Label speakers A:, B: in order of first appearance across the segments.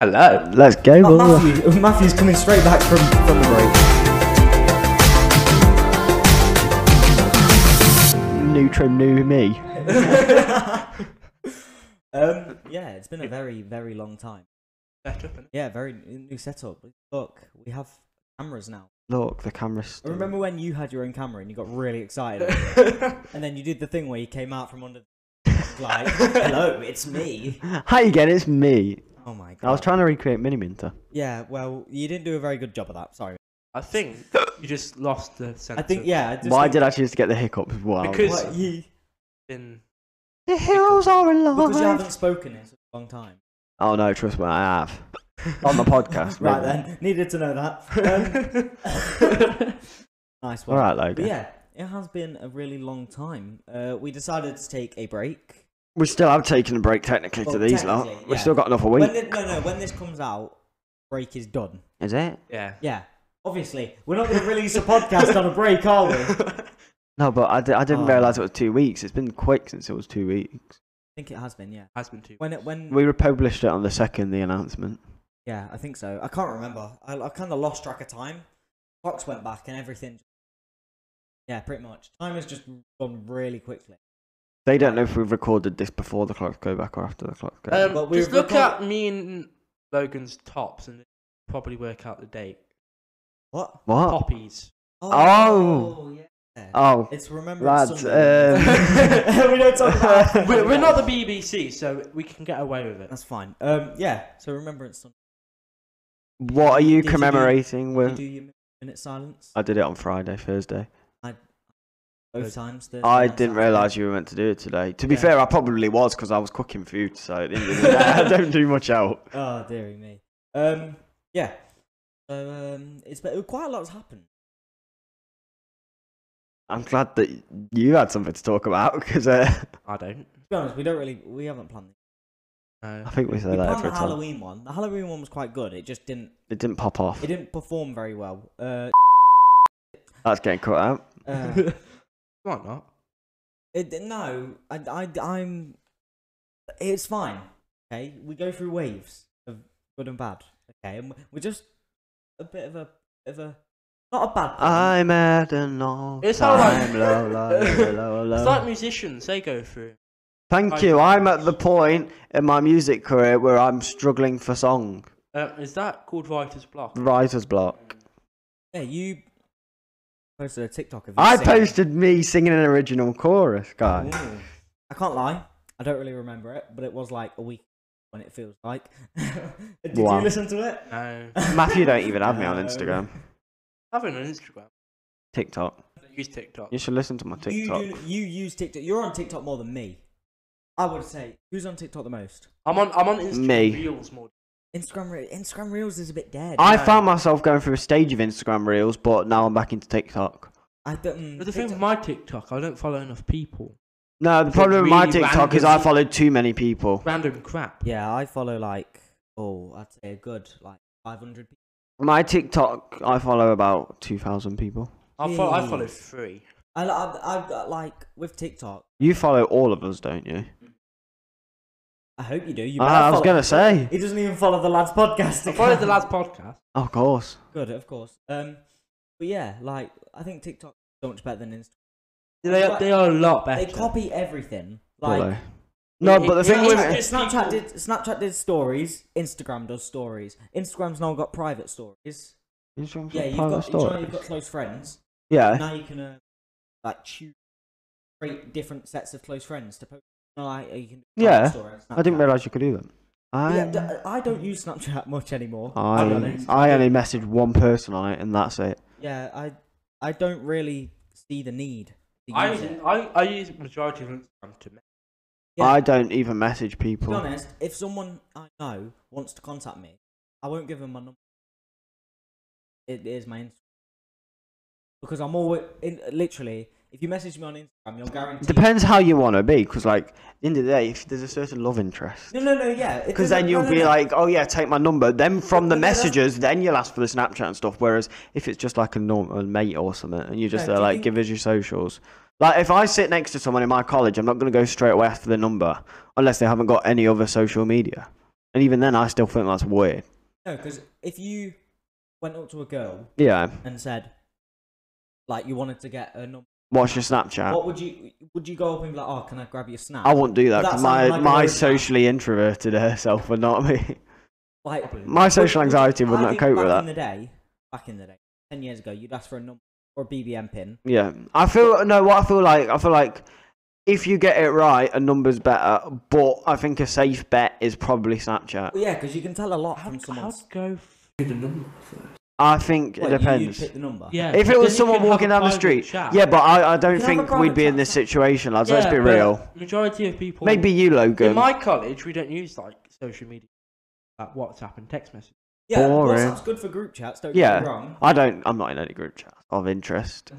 A: Hello. Let's go.
B: Oh, Matthew, Matthew's coming straight back from, from the break.
A: New trim, new me.
B: Um, yeah, it's been a very, very long time. Yeah, very n- new setup. Look, we have cameras now.
A: Look, the camera's.
B: I remember when you had your own camera and you got really excited, and then you did the thing where you came out from under the like, "Hello, it's me."
A: Hi again, it's me.
B: Oh my god!
A: I was trying to recreate Mini Minter.
B: Yeah, well, you didn't do a very good job of that. Sorry.
C: I think you just lost the sense.
B: I think
C: of
B: yeah. I just
A: Why
B: think-
A: did I choose to get the hiccups? Wow.
C: Because-
B: What, you,
C: been-
A: the hills are
B: because you
A: alive.
B: haven't spoken in such a long time.
A: Oh no, trust me, I have. On the podcast.
B: Right
A: maybe.
B: then, needed to know that. Um, nice
A: All
B: one.
A: right,
B: But
A: Logan.
B: yeah, it has been a really long time. Uh, we decided to take a break.
A: We still have taken a break technically to
B: Well,
A: these lot.
B: technically,
A: We've
B: yeah.
A: still got another week.
B: When thi- no, no, when this comes out, break is done.
A: Is it?
C: yeah.
B: Yeah, obviously, we're not going to release a podcast on a break, are we? I
A: No, but I, di- I didn't
B: Oh.
A: realise it was two weeks. It's been quick since it was two weeks.
B: think it has been. Yeah.
C: Has been too.
B: When it when
A: We published it on the second, the announcement.
B: yeah, I think so. I can't remember. I, I kind of lost track of time. Clocks went back and everything. Yeah, pretty much. Time has just gone really quickly.
A: They don't know if we've recorded this before the clocks go back or after the clocks go back.
C: Um,
B: But we
C: just look
B: record-
C: at me and Logan's tops and probably work out the date.
B: What?
A: What?
C: Poppies.
A: Oh.
B: yeah.
A: Oh,
B: It's remembered.
A: lads.
B: Sunday.
A: um,
B: we don't talk about. it.
C: We're, we're not the BBC, so we can get away with it.
B: That's fine. Um, yeah. So remembrance. Sunday.
A: what are you
B: Did you do-
A: commemorating
B: You
A: with?
B: do your minute silence.
A: I did it on Friday, Thursday.
B: Both times. Thursday
A: I
B: and
A: didn't
B: Saturday.
A: realise you were meant to do it today. To be
B: Yeah.
A: fair, I probably was because I was cooking food, so at the end of the day, I don't do much out.
B: Oh dearie me. Um, yeah. So um, it's been quite a lot's happened.
A: I'm glad that you had something to talk about because uh,
C: I don't.
B: To be honest, we don't really we haven't planned. This.
A: I
C: No.
A: think we
B: We
A: said that
B: planned
A: every
B: the
A: time.
B: Halloween one. The Halloween one was quite good. It just didn't
A: It didn't pop off.
B: it didn't perform very well. Uh,
A: That's getting cut out.
B: uh
C: Might not.
B: it, di- no, I, I I'm. It's fine. Okay, we go through waves of good and bad. Okay, and we're just a bit of a of a not a bad. thing.
A: I'm at an all
C: It's
A: time
C: alright.
A: low, low, low, low.
C: It's like musicians, they go through.
A: Thank you. I'm at the point in my music career where I'm struggling for song.
C: Uh, is that called writer's block?
A: Writer's block.
B: Yeah, you posted a TikTok of you
A: I
B: singing.
A: posted me singing an original chorus, guys.
B: Ooh. I can't lie. I don't really remember it, but it was like a week when it feels like. Did
A: Wow.
B: you listen to it?
C: No.
A: Matthew don't even have me on
B: Um,
A: Instagram.
C: I have it on Instagram.
A: TikTok.
C: I don't use TikTok.
A: You should listen to my TikTok.
B: You, do, you use TikTok. You're on TikTok more than me. I would say who's on TikTok the most.
C: I'm on. I'm on Instagram
A: Me.
C: Reels more.
B: Instagram Re- Instagram Reels is a bit dead.
A: I
C: No.
A: found myself going through a stage of Instagram reels, but now I'm back into TikTok.
B: I don't.
C: But the thing with
B: TikTok-
C: my TikTok, I don't follow enough people.
A: No, the
C: Is it
A: problem with my
C: really
A: TikTok is I
C: random?
A: followed too many people.
C: Random crap.
B: yeah, I follow like oh, I'd say a good like 500 people.
A: My TikTok, I follow about 2,000 people.
C: I follow. I follow
B: Jeez.
C: three.
B: I, I, I've got like with TikTok.
A: You follow all of us, don't you?
B: I hope you do. You better
A: Ah, I was
B: follow-
A: going to say.
B: He doesn't even follow the lads podcast.
C: I follow the last podcast.
A: Of course.
B: Good, of course. Um, but yeah, like I think TikTok is so much better than Instagram.
C: They are, they are a lot better.
B: They copy everything. Like
A: Follow. No,
C: it-
A: but the
C: it-
A: thing
C: it's
A: with
C: just-
A: it,
B: Snapchat did Snapchat did stories. Instagram does stories. Instagram's now got private stories.
A: Instagram's
B: Yeah,
A: not
B: you've
A: part of the
B: got,
A: story.
B: now you've got close friends.
A: Yeah,
B: Now you can uh, like choose create different sets of close friends to post. Like you can do
A: Yeah,
B: private story on
A: I didn't
B: Snapchat.
A: realise you could do that. I
B: Yeah, d- I don't use Snapchat much anymore.
A: Oh.
B: I'll be
A: I,
B: honest.
A: I only messaged one person on it, and that's it.
B: yeah, I I don't really see the need. To
C: I,
B: use it.
C: I, I use majority of Instagram to me.
B: Yeah.
A: I don't even message
B: To be
A: people.
B: honest, if someone I know wants to contact me, I won't give them my number. It is my Instagram. Because I'm always, in, literally, if you message me on Instagram, you're guaranteed.
A: Depends how you want to be, because like at the end of the day, if there's a certain love interest,
B: No, no, no, yeah. it
A: because then
B: doesn't- no,
A: you'll
B: no,
A: be
B: no.
A: like, oh yeah, take my number. Then from the
B: No, no, that's-
A: messages, then you'll ask for the Snapchat and stuff. Whereas if it's just like a normal mate or something, and you're just
B: No,
A: there
B: do you
A: like,
B: think-
A: give us your socials. Like if I sit next to someone in my college, I'm not gonna go straight away after the number unless they haven't got any other social media. And even then, I still think that's weird.
B: No, because if you went up to a girl
A: Yeah.
B: and said, like, you wanted to get a number,
A: Watch your Snapchat.
B: what would you would you go up and be like, oh, can I grab your snap?
A: Uh, I wouldn't do that
B: That
A: because
B: sounds
A: my,
B: like a
A: my
B: roadmap.
A: socially introverted herself would not me.
B: like,
A: My social
B: Would- would-
A: anxiety would
B: I
A: not
B: think
A: cope with
B: back
A: that.
B: In the day, back in the day, ten years ago, you'd ask for a number or a BBM pin.
A: Yeah, I feel no. What I feel like, I feel like if you get it right, a number's better. But I think a safe bet is probably Snapchat.
B: Well, yeah, because you can tell a lot from
C: I'd,
B: someone's.
C: I'd go. f- Give the number first.
A: I think
B: What,
A: it
B: you-
A: depends.
B: You'd pick the number.
C: Yeah.
A: if
C: but
A: it
C: then
A: was
C: you
A: someone
C: can have
A: walking
C: a
A: down the
C: private
A: street,
C: chat.
A: yeah, but I, I
B: You
A: don't
B: can have a
A: think we'd
B: private
A: be in
B: chat.
A: this situation, lads. Let's
C: Yeah,
A: be
C: but
A: real.
C: Majority of people.
A: Maybe you,
C: In
A: Logan.
C: my college, we don't use like social media, like WhatsApp and text message.
B: Yeah,
A: Boring.
B: WhatsApp's good for group chats. Don't get me
A: yeah,
B: wrong.
A: I don't. I'm not in any group chat of interest.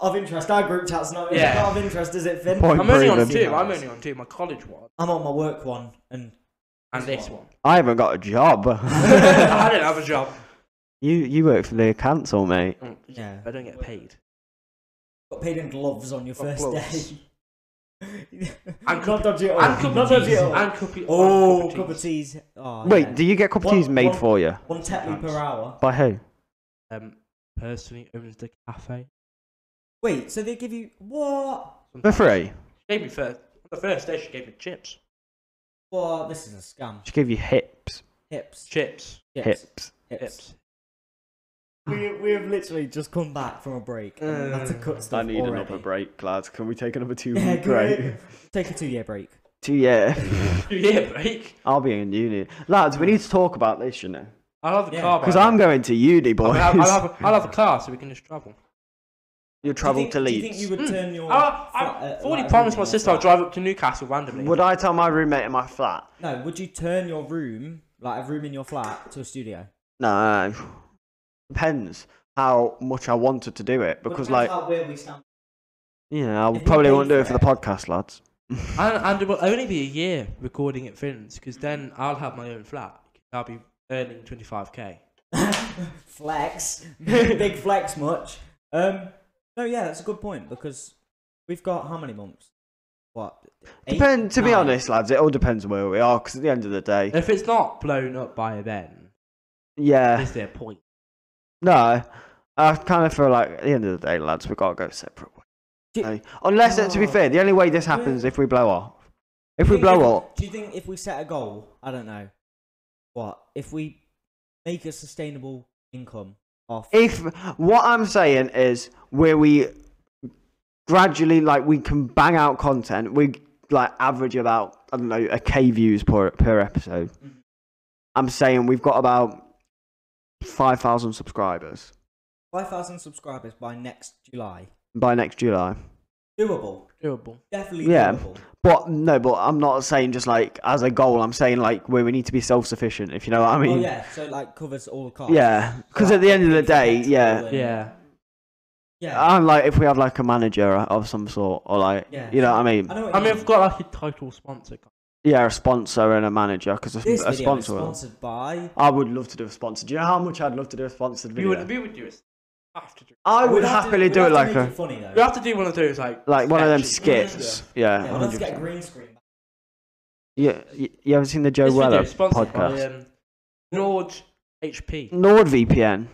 B: Of interest, our group chat's not, it's
C: Yeah.
B: not of interest, is it, Finn?
A: Point
C: I'm only on
A: proven.
C: two. I'm only on two. My college one
B: I'm on my work one, and
C: and
B: This
C: this one.
A: I haven't got a job.
C: I don't have a job.
A: you you work for the council, mate.
C: Mm,
B: Yeah.
C: I don't get paid.
B: got paid in gloves on your
C: Got
B: first
C: gloves.
B: day.
C: And
B: not dodgy at all.
C: And cup
B: not
C: of
B: dodgy
C: teas.
B: at all.
C: And cup of
B: Oh,
C: and
B: cup of teas. Oh,
A: Wait,
B: yeah.
A: do you get cup of
B: One-
A: teas made
B: one-
A: for you
B: one tetley per hour.
A: by who?
C: Um, personally owns the cafe.
B: Wait, so they give you what?
A: For free?
C: She gave me first. On the first day, she gave me chips.
B: What? This is a scam.
A: She give you hips,
B: Hips,
C: Chips.
B: hips,
A: hips.
B: hips.
C: Chips.
B: We we have literally just come back from a break. and that's a cut stuff already.
A: break, lads. Can we take another two
B: Yeah, great. Take a two-year break.
A: Two yeah.
C: Yeah, break.
A: I'll be in uni, lads. We need to talk about this, you know,
C: I'll have the
B: Yeah.
C: car. by
A: because
C: then.
A: I'm going to uni,
C: I'll
A: boys.
C: have, I'll, have a, I'll have a car so we can just travel.
A: You'll
B: Do you
A: travel
B: think-
A: to
B: do
A: Leeds.
B: you think you would turn your?
C: I,
B: flat- uh,
C: Hmm. Ah, I've already
B: like,
C: promised my
B: room
C: sister I'll
B: flat?
C: drive up to Newcastle randomly.
A: Would I tell my roommate in my flat?
B: No, would you turn your room, like a room in your flat, to a studio?
A: No, depends how much I wanted to do it. Because like,
B: how weird we sound.
A: you know, I
B: If you
A: probably
B: pay
A: won't do it
B: for
A: for the podcast, lads.
C: And, and it will only be a year recording at Finn's because then I'll have my own flat. I'll be earning 25k.
B: flex, big flex, much. Um, no, yeah, that's a good point because we've got how many months? What? Eight,
A: Depend. To be
B: nine? Uh,
A: honest, lads, it all depends where we are. Because at the end of the day,
C: If it's not blown up by then,
A: yeah,
C: is there a point?
A: no. I kind of feel like at the end of the day, lads, we gotta go separate ways.
B: Do-
A: Hey, Unless, uh, to be
B: Oh.
A: fair, the only way this happens is if we blow off. If we
B: Do you think
A: blow up,
B: Do you think if we set a goal, I don't know, what if we make a sustainable income off?
A: if what I'm saying is where we gradually like we can bang out content, we like average about I don't know a k views per per episode.
B: Mhm.
A: I'm saying we've got about five thousand subscribers
B: Five thousand subscribers by next July.
A: by next July.
B: Doable,
C: Doable.
B: definitely
A: Yeah.
B: doable.
A: But no, but I'm not saying just like as a goal. I'm saying like where we need to be self sufficient. If you know what I
B: oh
A: mean.
B: yeah, so like covers all costs.
A: Yeah, because
B: Like,
A: at the end of the
B: food for
A: day,
B: petrol
A: yeah,
B: and-
C: Yeah.
B: yeah.
A: I'm like if we have like a manager of some sort or like
B: Yeah.
A: you know what I mean.
B: know what
C: I
B: you
C: mean,
B: mean.
C: I've got like a title sponsor.
A: Yeah, a sponsor and a manager because a,
B: this
A: a
B: video
A: sponsor.
B: is
A: will-
B: sponsored by.
A: I would love to do a sponsor. Do you know how much I'd love to do a sponsored
C: We
A: video?
C: would, we would do it. Have to do.
A: I would
B: We'd have to-
A: happily
B: we'd
A: do
B: have
A: it
B: to
A: like
B: make
A: a
B: it funny though.
C: We have to do one of those like
A: like one of them
C: sketches.
A: skits. Yeah,
B: Yeah, we'll have to
A: 100%.
B: get a green screen.
A: yeah, you, you ever seen the Joe
C: This video
A: Weller
C: is sponsored
A: podcast?
B: uh,
C: by um, Nord HP.
A: NordVPN.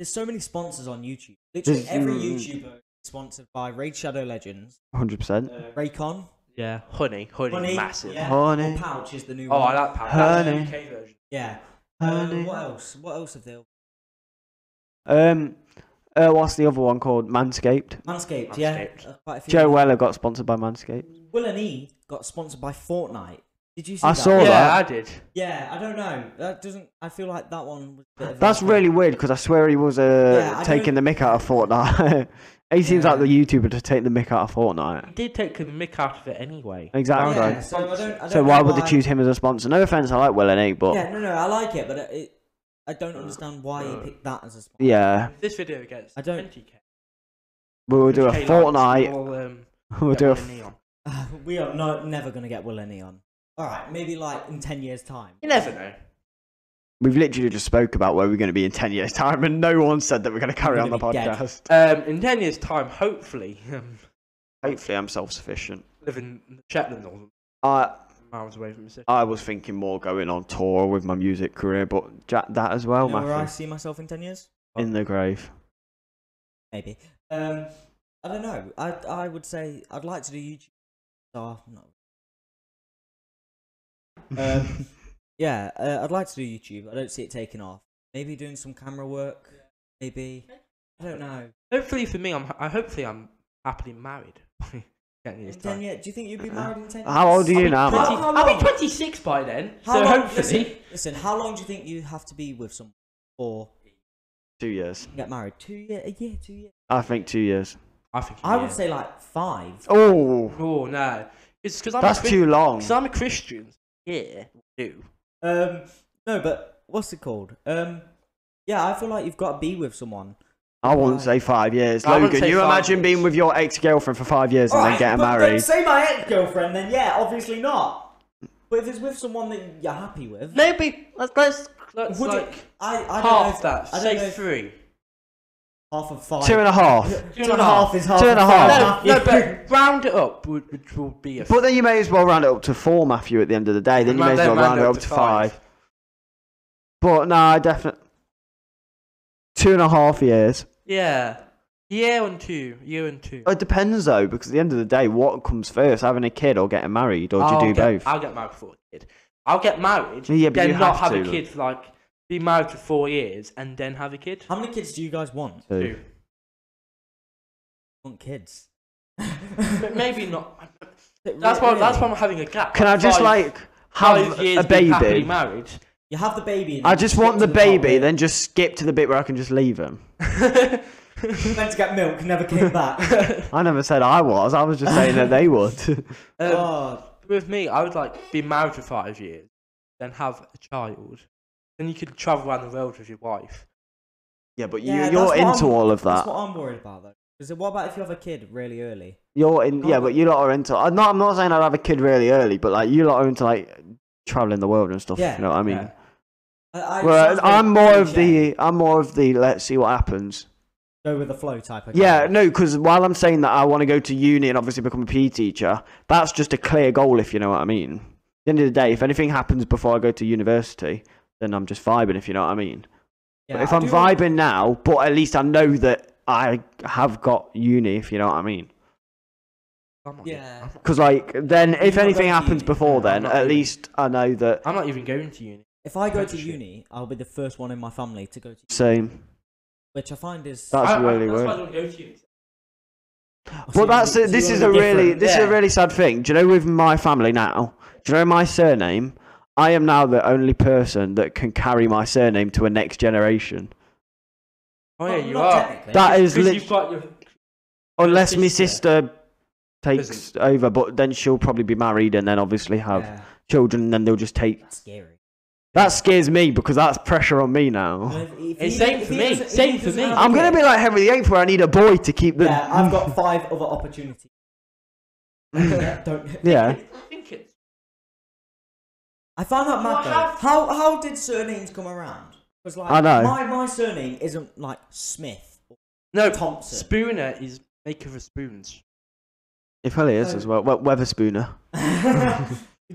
B: There's so many sponsors on YouTube. Literally
A: There's-
B: every
A: mm.
B: YouTuber is sponsored by Raid Shadow Legends,
A: 100%.
B: Raycon,
C: Yeah, honey, honey,
B: Uh, Honey,
C: massive.
B: yeah,
A: Honey.
B: or Pouch is the new
C: Oh,
B: one.
C: I like Power. That's the
A: Honey.
C: UK version.
B: yeah. Uh,
A: Honey.
B: what else? What else have they?
A: Um, uh, what's the other one called? Manscaped.
B: Manscaped, yeah.
C: Manscaped.
B: Uh, quite a few.
A: Joe Weller got sponsored by Manscaped.
B: Will and E got sponsored by Fortnite. Did you see
A: I
B: that?
A: saw
C: yeah,
A: that.
C: I did.
B: Yeah, I don't know. That doesn't. I feel like that one was. A bit of a-
A: That's really weird because I swear he was uh,
B: Yeah, I
A: taking
B: don't-
A: the mick out of Fortnite. he seems
B: Yeah.
A: like the YouTuber to take the mick out of Fortnite.
C: He did take the mick out of it anyway.
A: Exactly.
B: Yeah,
A: right.
B: so I don't, I don't
A: So why
B: know
A: would they choose him as a sponsor? No offense, I like Will and E, but
B: Yeah, no, no, I like it, but it, it, I don't understand why
A: Uh.
B: he picked that as a sponsor.
A: yeah,
C: This video gets
B: I don't-
C: 20k.
A: we will do a Fortnite.
C: We'll, um,
A: We'll
C: get
A: do a
C: one in neon.
B: Uh, we are no, never going to get Will and E on. All right, maybe like in 10 years' time.
C: You never know.
A: We've literally just spoke about where we're going to be in 10 years' time, and no one said that we're going to carry
B: We're
A: on the
B: gonna be dead.
A: podcast.
C: Um, in 10 years' time, hopefully, um,
A: Hopefully, I'm self sufficient.
C: live in the Shetlands or something.
A: Uh,
C: miles away from the city.
A: I was thinking more going on tour with my music career, but jack that as well,
B: You know where I
A: Matthew.
B: see myself in ten years?
A: In the grave.
B: Maybe. Um, I don't know. I I would say I'd like to do YouTube. Oh, no. Um, yeah, uh, I'd like to do YouTube. I don't see it taking off. Maybe doing some camera work. Maybe. I don't know.
C: Hopefully for me, I'm. I hopefully I'm happily married. by Ten years
B: In ten
C: time.
B: years, do you think you'd be married in ten years?
A: Uh-huh. How old are
C: I'll
A: you
C: be
A: now,
C: 20
A: Matt?
B: How
C: I'll
B: long?
C: be 26 by then.
B: How
C: so
B: long-
C: hopefully,
B: Listen, how long do you think you have to be with someone or
A: Two years.
B: get married? Two year, a year, two years.
A: I think two years.
C: I think.
B: I
C: yeah.
B: would say like five.
A: Oh,
C: Oh no, it's because I'm.
A: that's
C: a Chri-
A: too long.
C: Because I'm a Christian. Yeah. Do.
B: Um, no, but what's it called? Um, yeah, I feel like you've got to be with someone.
A: I wouldn't say five years.
C: I wouldn't
A: Logan,
C: say
A: you
C: five
A: imagine
C: years.
A: being with your ex girlfriend for five years and
B: Alright,
A: then getting
B: but- but
A: married.
B: say my ex girlfriend, then yeah, obviously not. But if it's with someone that you're happy with,
C: Maybe let's let's, let's
B: would
C: like
B: it, I, I don't know
C: half
B: if,
C: that.
B: I don't
C: Say
B: know if
C: three.
B: half of five.
A: Two and a half.
B: Two and a half is half.
A: Two and a
B: of
C: Oh.
A: half.
B: five.
C: No, no, but round it up would which will be a.
A: But then you may as well round it up to four, Matthew, at the end of the day. Then you may
C: Round-
A: as well
C: then
A: round it up to five. But no, I definitely. Two and a half years.
C: Yeah. Year and two. Year and two.
A: It depends though, because at the end of the day, what comes first, having a kid or getting married, or do
C: I'll
A: you do
C: get,
A: both?
C: I'll get married before a kid. I'll get married.
A: Yeah, but
C: then
A: you
C: not
A: have
C: have,
A: to.
C: a kid for like be married for four years and then have a kid.
B: How many kids do you guys want?
A: Two.
C: Two.
B: I want kids.
C: But maybe not. That's why. That's why I'm having a gap.
A: Can I just
C: Five-
A: like
C: five
A: have
C: years
A: a
C: being happily
A: baby?
C: married?
B: You have the baby. and
A: I
B: you
A: just
B: skip
A: want
B: to
A: the baby,
B: part
A: then just skip to the bit where I can just leave him.
B: where- Went to get milk, never came back.
A: I never said I was. I was just saying that they would.
C: Um,
B: oh,
C: with me, I would like be married for five years, then have a child. Then you could travel around the world with your wife.
A: yeah, but you,
B: yeah, that's
A: you're
B: what
A: into
B: I'm-
A: all of
B: That's
A: that.
B: what I'm worried about though. Because what about if you have a kid really early?
A: You're in. Yeah,
B: Can't
A: but you lot are into. I'm not. I'm not saying I'd have a kid really early, but like you lot are into like traveling the world and stuff.
B: Yeah,
A: you know what I mean.
C: yeah.
B: I, I
A: Well,
B: sounds
A: I'm
B: really
A: more of
B: cliche.
A: the. I'm more of the. Let's see what happens.
B: go with the flow type. Of
A: Yeah,
B: guy.
A: no, because while I'm saying that I want to go to uni and obviously become a PE teacher, that's just a clear goal, if you know what I mean. At the end of the day, if anything happens before I go to university, then I'm just vibing, if you know what I mean.
B: Yeah,
A: but if
B: I
A: I'm
B: do want-
A: vibing now, but at least I know that I have got uni, if you know what I mean.
C: I'm not
B: Yeah.
C: Even,
A: Because, like, then if anything
B: not going to
A: happens
B: uni.
A: before
C: No, I'm
A: then,
C: not
A: at
C: uni.
A: least I know that.
C: I'm not even going to uni.
B: If I go to
C: Shit.
B: uni, I'll be the first one in my family to go to uni,
A: Same.
B: which I find is.
A: That's
C: I- I-
A: really
C: that's
A: weird.
C: why I don't go to uni.
A: Well, that's
B: So you-
A: it. This
B: so you
A: is a
B: wanna be
A: really
B: different.
A: this is
C: Yeah.
A: a really sad thing. Do you know with my family now? Do you know my surname? I am now the only person that can carry my surname to a next generation.
C: Oh yeah,
B: Well,
C: you
B: not
C: are.
B: technically.
A: That is
C: Because
A: lit-
C: you've got your.
A: unless my
C: sister.
A: sister takes over, but then she'll probably be married and then obviously have
B: Yeah,
A: children, and then they'll just take.
B: that's scary.
A: That scares me because that's pressure on me now.
B: If- if
C: It's
B: he-
C: same
B: if
C: for
B: he
C: me,
B: doesn't- if
C: same
B: he
C: for
B: doesn't
C: me.
B: have a
A: Oh. I'm gonna
B: kid-
A: be like Henry VIII, where I need a boy to keep the.
B: Yeah, I've got five other opportunities. Yeah, Don't.
A: yeah.
C: I think it's.
B: I found that
C: Well,
B: mad though.
C: how-
B: How how did surnames come around? Because like
A: I know.
B: my my surname isn't like Smith. or
C: No,
B: Thompson.
C: Spooner is maker of spoons.
A: If Holly is as well, well Weatherspoon.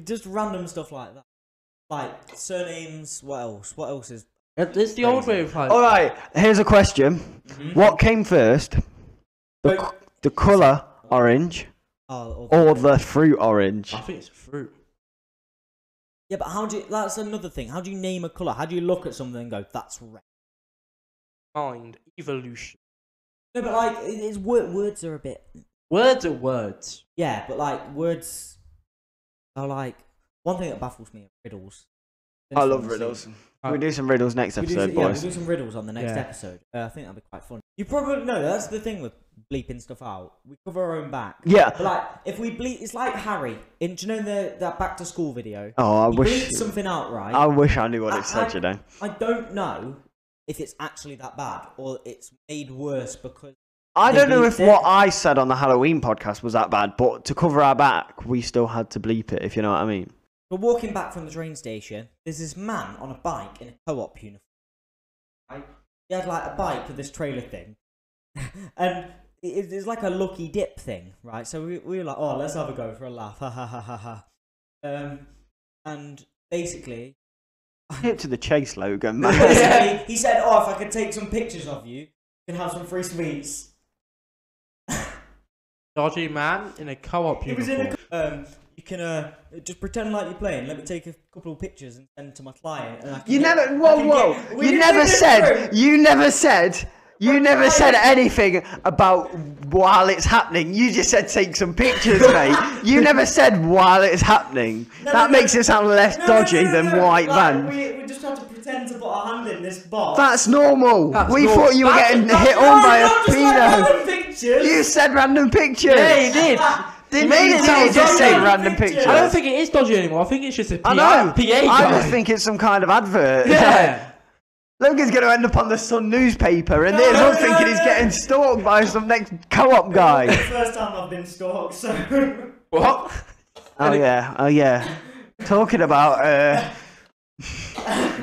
B: Just random stuff like that. Like surnames. What else? What else is?
C: It's the old way of life.
A: All right, here's a question. What came first? The,
B: Wait.
A: c- the colour orange
B: Oh, all the-
A: or the fruit orange?
C: I think it's fruit.
B: yeah, but how do you? That's another thing. How do you name a color? How do you look at something and go, "That's red"?
C: Mind evolution.
B: No, but like it- it's word, words are a bit.
C: Words are words.
B: Yeah, but like words are like one thing that baffles me: are riddles.
A: I love riddles. We'll do some riddles next
B: We do,
A: episode,
B: some, yeah, we
A: boys.
B: do some riddles on the next
C: Yeah.
B: episode. Uh, I think that'd be quite fun. You probably know that's the thing with bleeping stuff out. We cover our own back. But
A: Yeah.
B: like, if we bleep, it's like Harry. In, do you know the, that back to school video?
A: Oh, I
B: he
A: wish.
B: bleeped something out, right?
A: I wish I knew what
B: I-
A: it said, you know.
B: I don't know if it's actually that bad or it's made worse because.
A: I
B: they
A: don't know if
B: bleeped it.
A: what I said on the Halloween podcast was that bad, but to cover our back, we still had to bleep it, if you know what I mean.
B: We're walking back from the train station. There's this man on a bike in a co-op uniform. Right? He had like a bike with this trailer thing, and it, it's like a lucky dip thing, right? So we, we were like, "Oh, let's have a go for a laugh." Ha ha ha ha ha. Um, and basically,
A: Hit to the chase, Logan.
B: No,
A: Man.
B: basically, He said, "Oh, if I could take some pictures of you, you can have some free sweets."
C: Dodgy man in a co-op
B: He was
C: uniform.
B: in a. Um, you can uh, just pretend like you're playing. Let me take a couple of pictures and send to my client. And I can
A: You
B: get-
A: never.
B: I
A: Whoa,
B: can
A: whoa.
B: get- We
A: You
B: didn't
A: never
B: think this
A: said.
B: through.
A: You never said. You never said
B: trying.
A: anything about while it's happening. You just said take some pictures, mate. You never said while it's happening.
B: No,
A: that
B: no,
A: makes
B: no.
A: it sound less
B: No, no, no,
A: dodgy
B: no,
A: than
B: no,
A: white
B: like,
A: van.
B: We, we just had to pretend to put our hand in this box.
A: That's normal.
C: That's
A: we
C: normal.
A: thought you were
C: That's-
A: getting
C: that's-
A: hit
B: No,
A: on by a
B: not just like
A: pedo.
B: random pictures.
A: You said random pictures.
C: Yeah, he did.
A: Did
C: made
A: you
C: it
A: did
C: sound
A: you just
C: dodgy.
A: say
B: Random
A: random
B: pictures.
A: pictures?
C: I don't think it is dodgy anymore. I think it's just a PA.
A: I know.
C: PA
A: I
C: guy.
A: just think it's some kind of advert.
C: Yeah.
A: Logan's going to end up on the Sun newspaper, and there's
B: No,
A: all
B: no,
A: thinking he's
B: no.
A: getting stalked by some next co-op
B: It's the
A: guy.
B: first time I've been stalked, so.
C: What?
A: oh yeah, oh yeah. Talking about uh,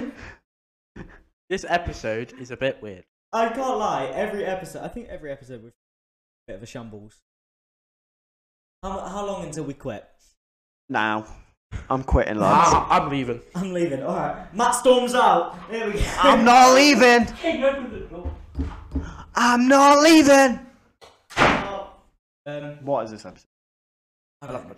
C: This episode is a bit weird.
B: I can't lie. Every episode, I think every episode was a bit of a shambles. How, how long until we quit?
A: now, I'm quitting, lads.
C: Ah, I'm leaving.
B: I'm leaving. All right, Matt storms out. There we go.
A: I'm not leaving. I'm not leaving.
B: Um,
A: What is this episode?
B: I don't know.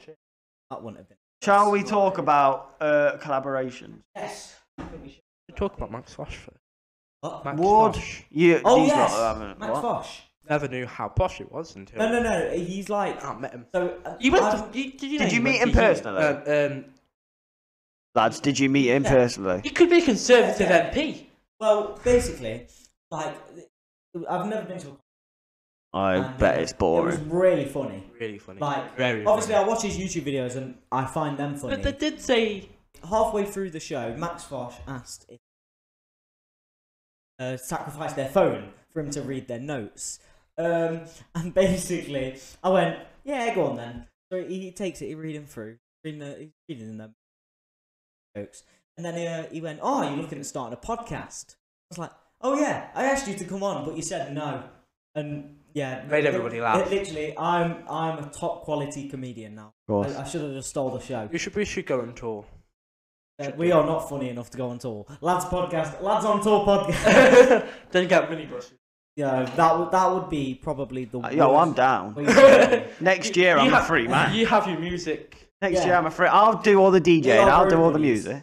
B: That wouldn't have been.
A: Shall we talk about uh, collaborations?
B: Yes.
C: We talk about Max Fosh first.
B: What?
C: Max
A: Ward,
C: Fosh
A: you,
B: Oh
A: these
B: yes.
A: lot haven't-
B: Max
A: what?
B: Fosh.
C: never knew how posh it was until
B: No, no, no. He's like.
C: I met him.
B: So uh,
C: You went
B: I'm-
C: to, you, Um, did you,
A: Did
C: know
A: you
C: he
A: meet
C: went
A: him
C: to-
A: personally?
C: Um, um,
A: Lads, did you meet him
B: Yeah.
A: personally?
C: you could be a conservative
B: Yeah.
C: MP.
B: Well, basically, like, I've never been to. A,
A: I
B: and,
A: bet
B: uh,
A: it's
B: It
A: boring.
B: was really funny.
C: Really funny.
B: Like,
C: Very
B: obviously,
C: funny.
B: I watch his YouTube videos and I find them funny.
C: But they did say
B: halfway through the show, Max Fosh asked if uh, sacrifice their phone for him to read their notes. Um, and basically, I went, yeah, go on then. So he, he takes it, he read them through, reading the, he's reading them jokes. And then he, uh, he went, oh, you're looking at starting a podcast. I was like, oh yeah, I asked you to come on, but you said no. And yeah,
C: Made everybody laugh.
B: Literally, I'm I'm a top quality comedian now.
A: Of course.
B: I, I should have just stole the show.
C: you should we should go on tour.
B: Uh, we are not funny enough to go on tour. Lads podcast, lads on tour podcast.
C: then get minibuses.
B: yeah, that would that would be probably the.
A: Uh, Yo, I'm
B: worst
A: down.
B: way to
A: Next year,
C: You
A: I'm a
C: have-
A: free man.
C: You have your music.
A: Next
B: Yeah.
A: year, I'm a free. I'll do all the DJing.
B: are
A: I'll do all the
B: everybody's.
A: music.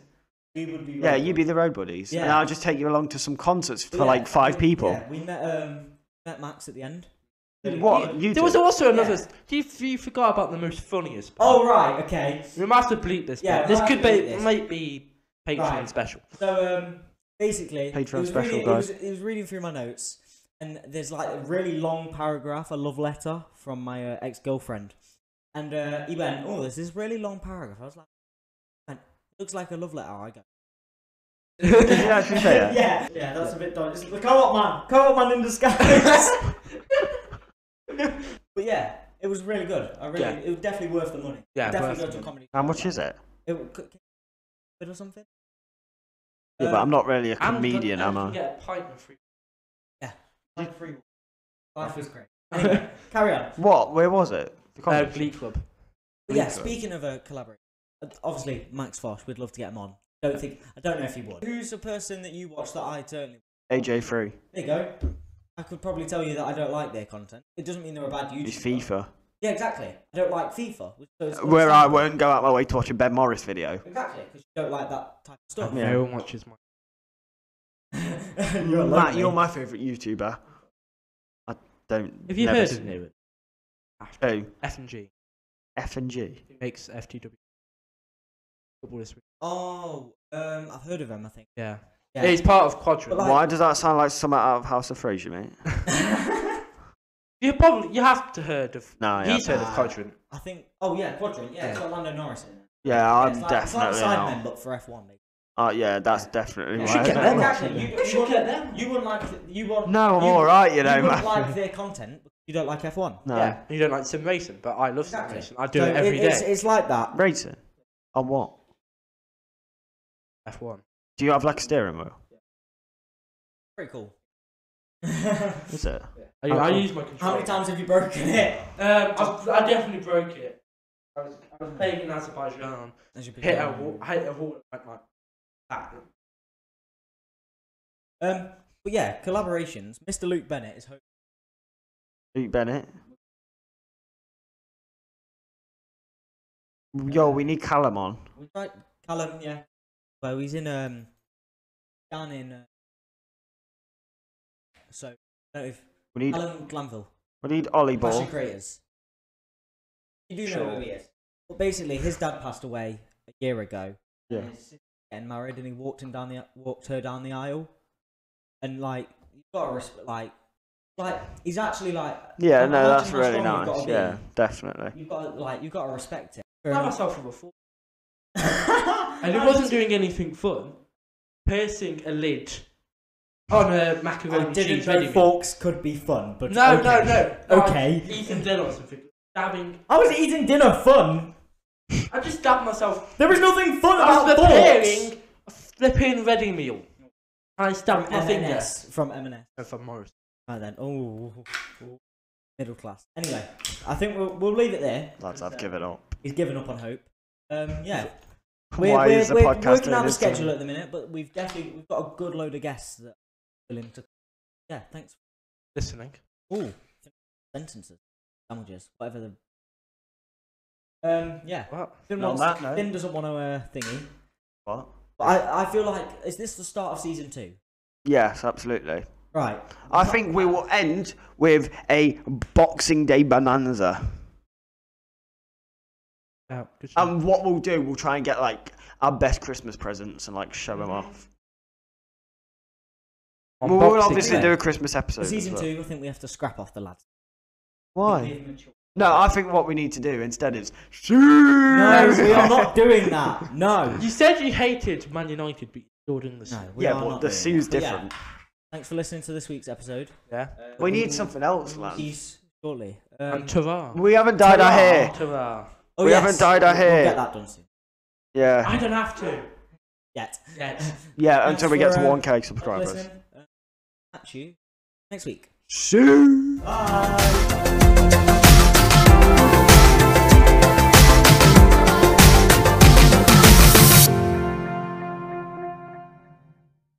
B: do it. we would be.
A: Yeah, you be the road buddies, and
B: Yeah.
A: I'll just take you along to some concerts for
B: Yeah,
A: like five
B: we-
A: people.
B: Yeah, we met um met Max at the end.
A: What you
C: There
A: do?
C: was also another.
B: Yeah.
C: You, you forgot about the most funniest part.
B: Oh right, okay.
C: We might have to bleep this.
B: Yeah,
C: Yeah, this
B: might
C: could
B: have to
C: be
B: bleep this.
C: might be Patreon
B: Right.
C: special.
B: So um, basically,
A: Patreon
B: it was
A: special,
B: reading,
A: guys.
B: It was, it was reading through my notes, and there's like a really long paragraph, a love letter from my uh, ex girlfriend, and uh, he went, "Oh, there's this really long paragraph." I was like, "Man, looks like a love letter." I go.
A: Did you actually say that?
B: yeah, yeah, that's a bit dodgy. It's the co-op man, co-op man in disguise. but yeah, it was really good. I really,
C: Yeah.
B: it was definitely worth the money.
C: Yeah, worth
B: definitely
C: the
B: go to a
C: money.
B: comedy.
A: How much is it?
B: It would could- bit or something. Uh,
A: Yeah, but I'm not really a comedian, am I?
C: Get a pint and free.
B: Life free.
C: Oh.
B: Life was great. Anyway, carry on.
A: What? Where was it? The
C: Uh,
A: concert?
C: Glee Club.
B: But yeah,
A: Bleep it.
B: speaking of a collaboration, obviously Max Fosh, we'd love to get him on. Don't think I don't know if he would. Who's the person that you watch that I certainly?
A: AJ Free.
B: There you go. I could probably tell you that I don't like their content. It doesn't mean they're a bad YouTuber.
A: It's FIFA.
B: Yeah, exactly. I don't like FIFA. which- so it's
A: Where I
B: understandable.
A: won't go out my way to watch a Ben Morris video.
B: Exactly, because you don't like that type of stuff.
A: Yeah.
C: No one watches my.
B: you're
A: Matt, you're my favourite YouTuber. I don't.
C: Have you
A: never
C: heard
A: s-
C: of Newman?
A: Who?
C: F and G.
A: F and G.
C: Who makes FTW? Football this week.
B: Oh, um, I've heard of him. I think.
C: Yeah.
B: Yeah.
C: It's part of Quadrant.
B: But Like-
A: Why does that sound like something out of House of Fraser, mate?
C: you probably you have to heard of.
A: No, yeah.
C: He's heard of
B: Ah.
C: Quadrant.
B: I think. Oh yeah, Quadrant. Yeah, it's
C: Yeah.
B: got Lando Norris in it.
A: Yeah,
B: Yeah,
A: I'm
B: it's like,
A: definitely
B: It's like
A: not.
B: Sidemen, but for F1. Mate.
A: Oh yeah, that's definitely
B: You
A: right.
C: should get them on.
B: Exactly. You,
C: We
B: you
C: should
B: wouldn't-
C: get them.
B: You wouldn't like. th- You want.
A: No, I'm
B: you-
A: all right, you know,
B: You wouldn't
A: man.
B: like their content. because You don't like F1.
A: No,
C: Yeah. You don't like sim racing, but I love
B: Exactly.
C: sim racing. I do
B: So
C: it every day.
B: It's, it's like that.
A: racing. On what?
C: F1.
A: Do you have like a steering wheel?
B: Pretty cool.
A: Is it?
C: I, I
A: Oh.
C: use my
B: How
C: controller.
B: many times have you broken it?
C: Um, I've, I definitely broke it. I was, I was playing in Azerbaijan.
B: That should be
C: Hit a
B: fine.
C: wall. Hit a wall like my back.
B: Um, but yeah, collaborations. Mr. Luke Bennett is. Ho-
A: Luke Bennett. Yo, we need Callum on.
B: we tried Callum, yeah. Well, he's in um down in. Uh, so, I don't know if
A: We need
B: Callum Glanville,
A: we need Ollie
B: Passion
A: Ball.
B: Creators. You do know
A: Sure.
B: who he is. Well, basically, his dad passed away a year ago.
A: Yeah.
B: And his sister getting married, and he walked him down the walked her down the aisle, and like you gotta respect, like, like he's actually like.
A: Yeah,
B: imagine
A: no, that's
B: how
A: really
B: strong you've
A: nice.
B: gotta be.
A: Yeah, definitely.
B: You've got to, like you've got to respect it.
C: Found myself from a fall. And
B: and
C: he wasn't doing anything fun. Piercing a lid on a macaroni
B: I
C: cheese
B: didn't
C: ready
B: know
C: meal.
B: forks could be fun, but
C: No,
B: okay.
C: no, no, no.
B: Okay.
C: Ethan did or something. Dabbing.
B: I was eating dinner fun.
C: I just dabbed myself.
B: There was nothing fun
C: I was
B: about forks.
C: preparing a flipping ready meal. I stabbed my finger.
B: M&S from M&S.
C: No, from Morris.
B: Right then, oh, middle class. Anyway, I think we'll we'll leave it there.
A: Lads, I've given up.
B: He's given up on hope. Um, yeah, we're,
A: Why
B: we're,
A: is the
B: we're
A: podcast
B: working
A: doing
B: out a
A: this to me?
B: schedule at the minute, but we've definitely we've got a good load of guests that are willing to. Yeah, thanks.
C: Listening.
B: Ooh, sentences, sandwiches, whatever the. Um, yeah.
C: What?
B: Finn,
A: Not
B: wants,
A: that, no.
B: Finn doesn't want to uh, thingy.
A: What?
B: But I, I feel like is this the start of season two?
A: Yes, absolutely.
B: Right.
A: I think we will end with a Boxing Day bonanza.
C: Yeah, good shot.
A: And what we'll do, we'll try and get like our best Christmas presents and like show them off.
C: On
A: Well, we'll
C: Boxing
A: obviously
C: Day.
A: do a Christmas episode.
B: For season
A: as well.
B: two, I think we have to scrap off the lads.
A: Why?
B: Give them a choice.
A: No, I think what we need to do instead is.
B: No, we are not doing that. No.
C: You said you hated Man United, but you're doing this.
B: No, we
A: Yeah,
B: are
A: but
B: not
A: the
B: doing
A: sue's
B: that. But yeah,
A: different.
B: thanks for listening to this week's episode.
C: Yeah.
A: We need
B: will
A: something else, lad.
B: Peace shortly.
C: And
B: Um,
C: Tara.
A: We haven't dyed our hair.
C: Tara.
B: oh,
A: we
B: yes,
A: haven't dyed our
B: we'll-
A: hair.
B: We'll get that done soon.
A: Yeah,
C: I don't have to.
B: Yet.
C: Yet.
A: yeah.
B: Thanks
A: Until we get
B: for,
A: to
B: uh,
A: 1k
B: Thanks for
A: subscribers.
B: listening. Uh, catch you next week.
A: Sue.
B: Bye.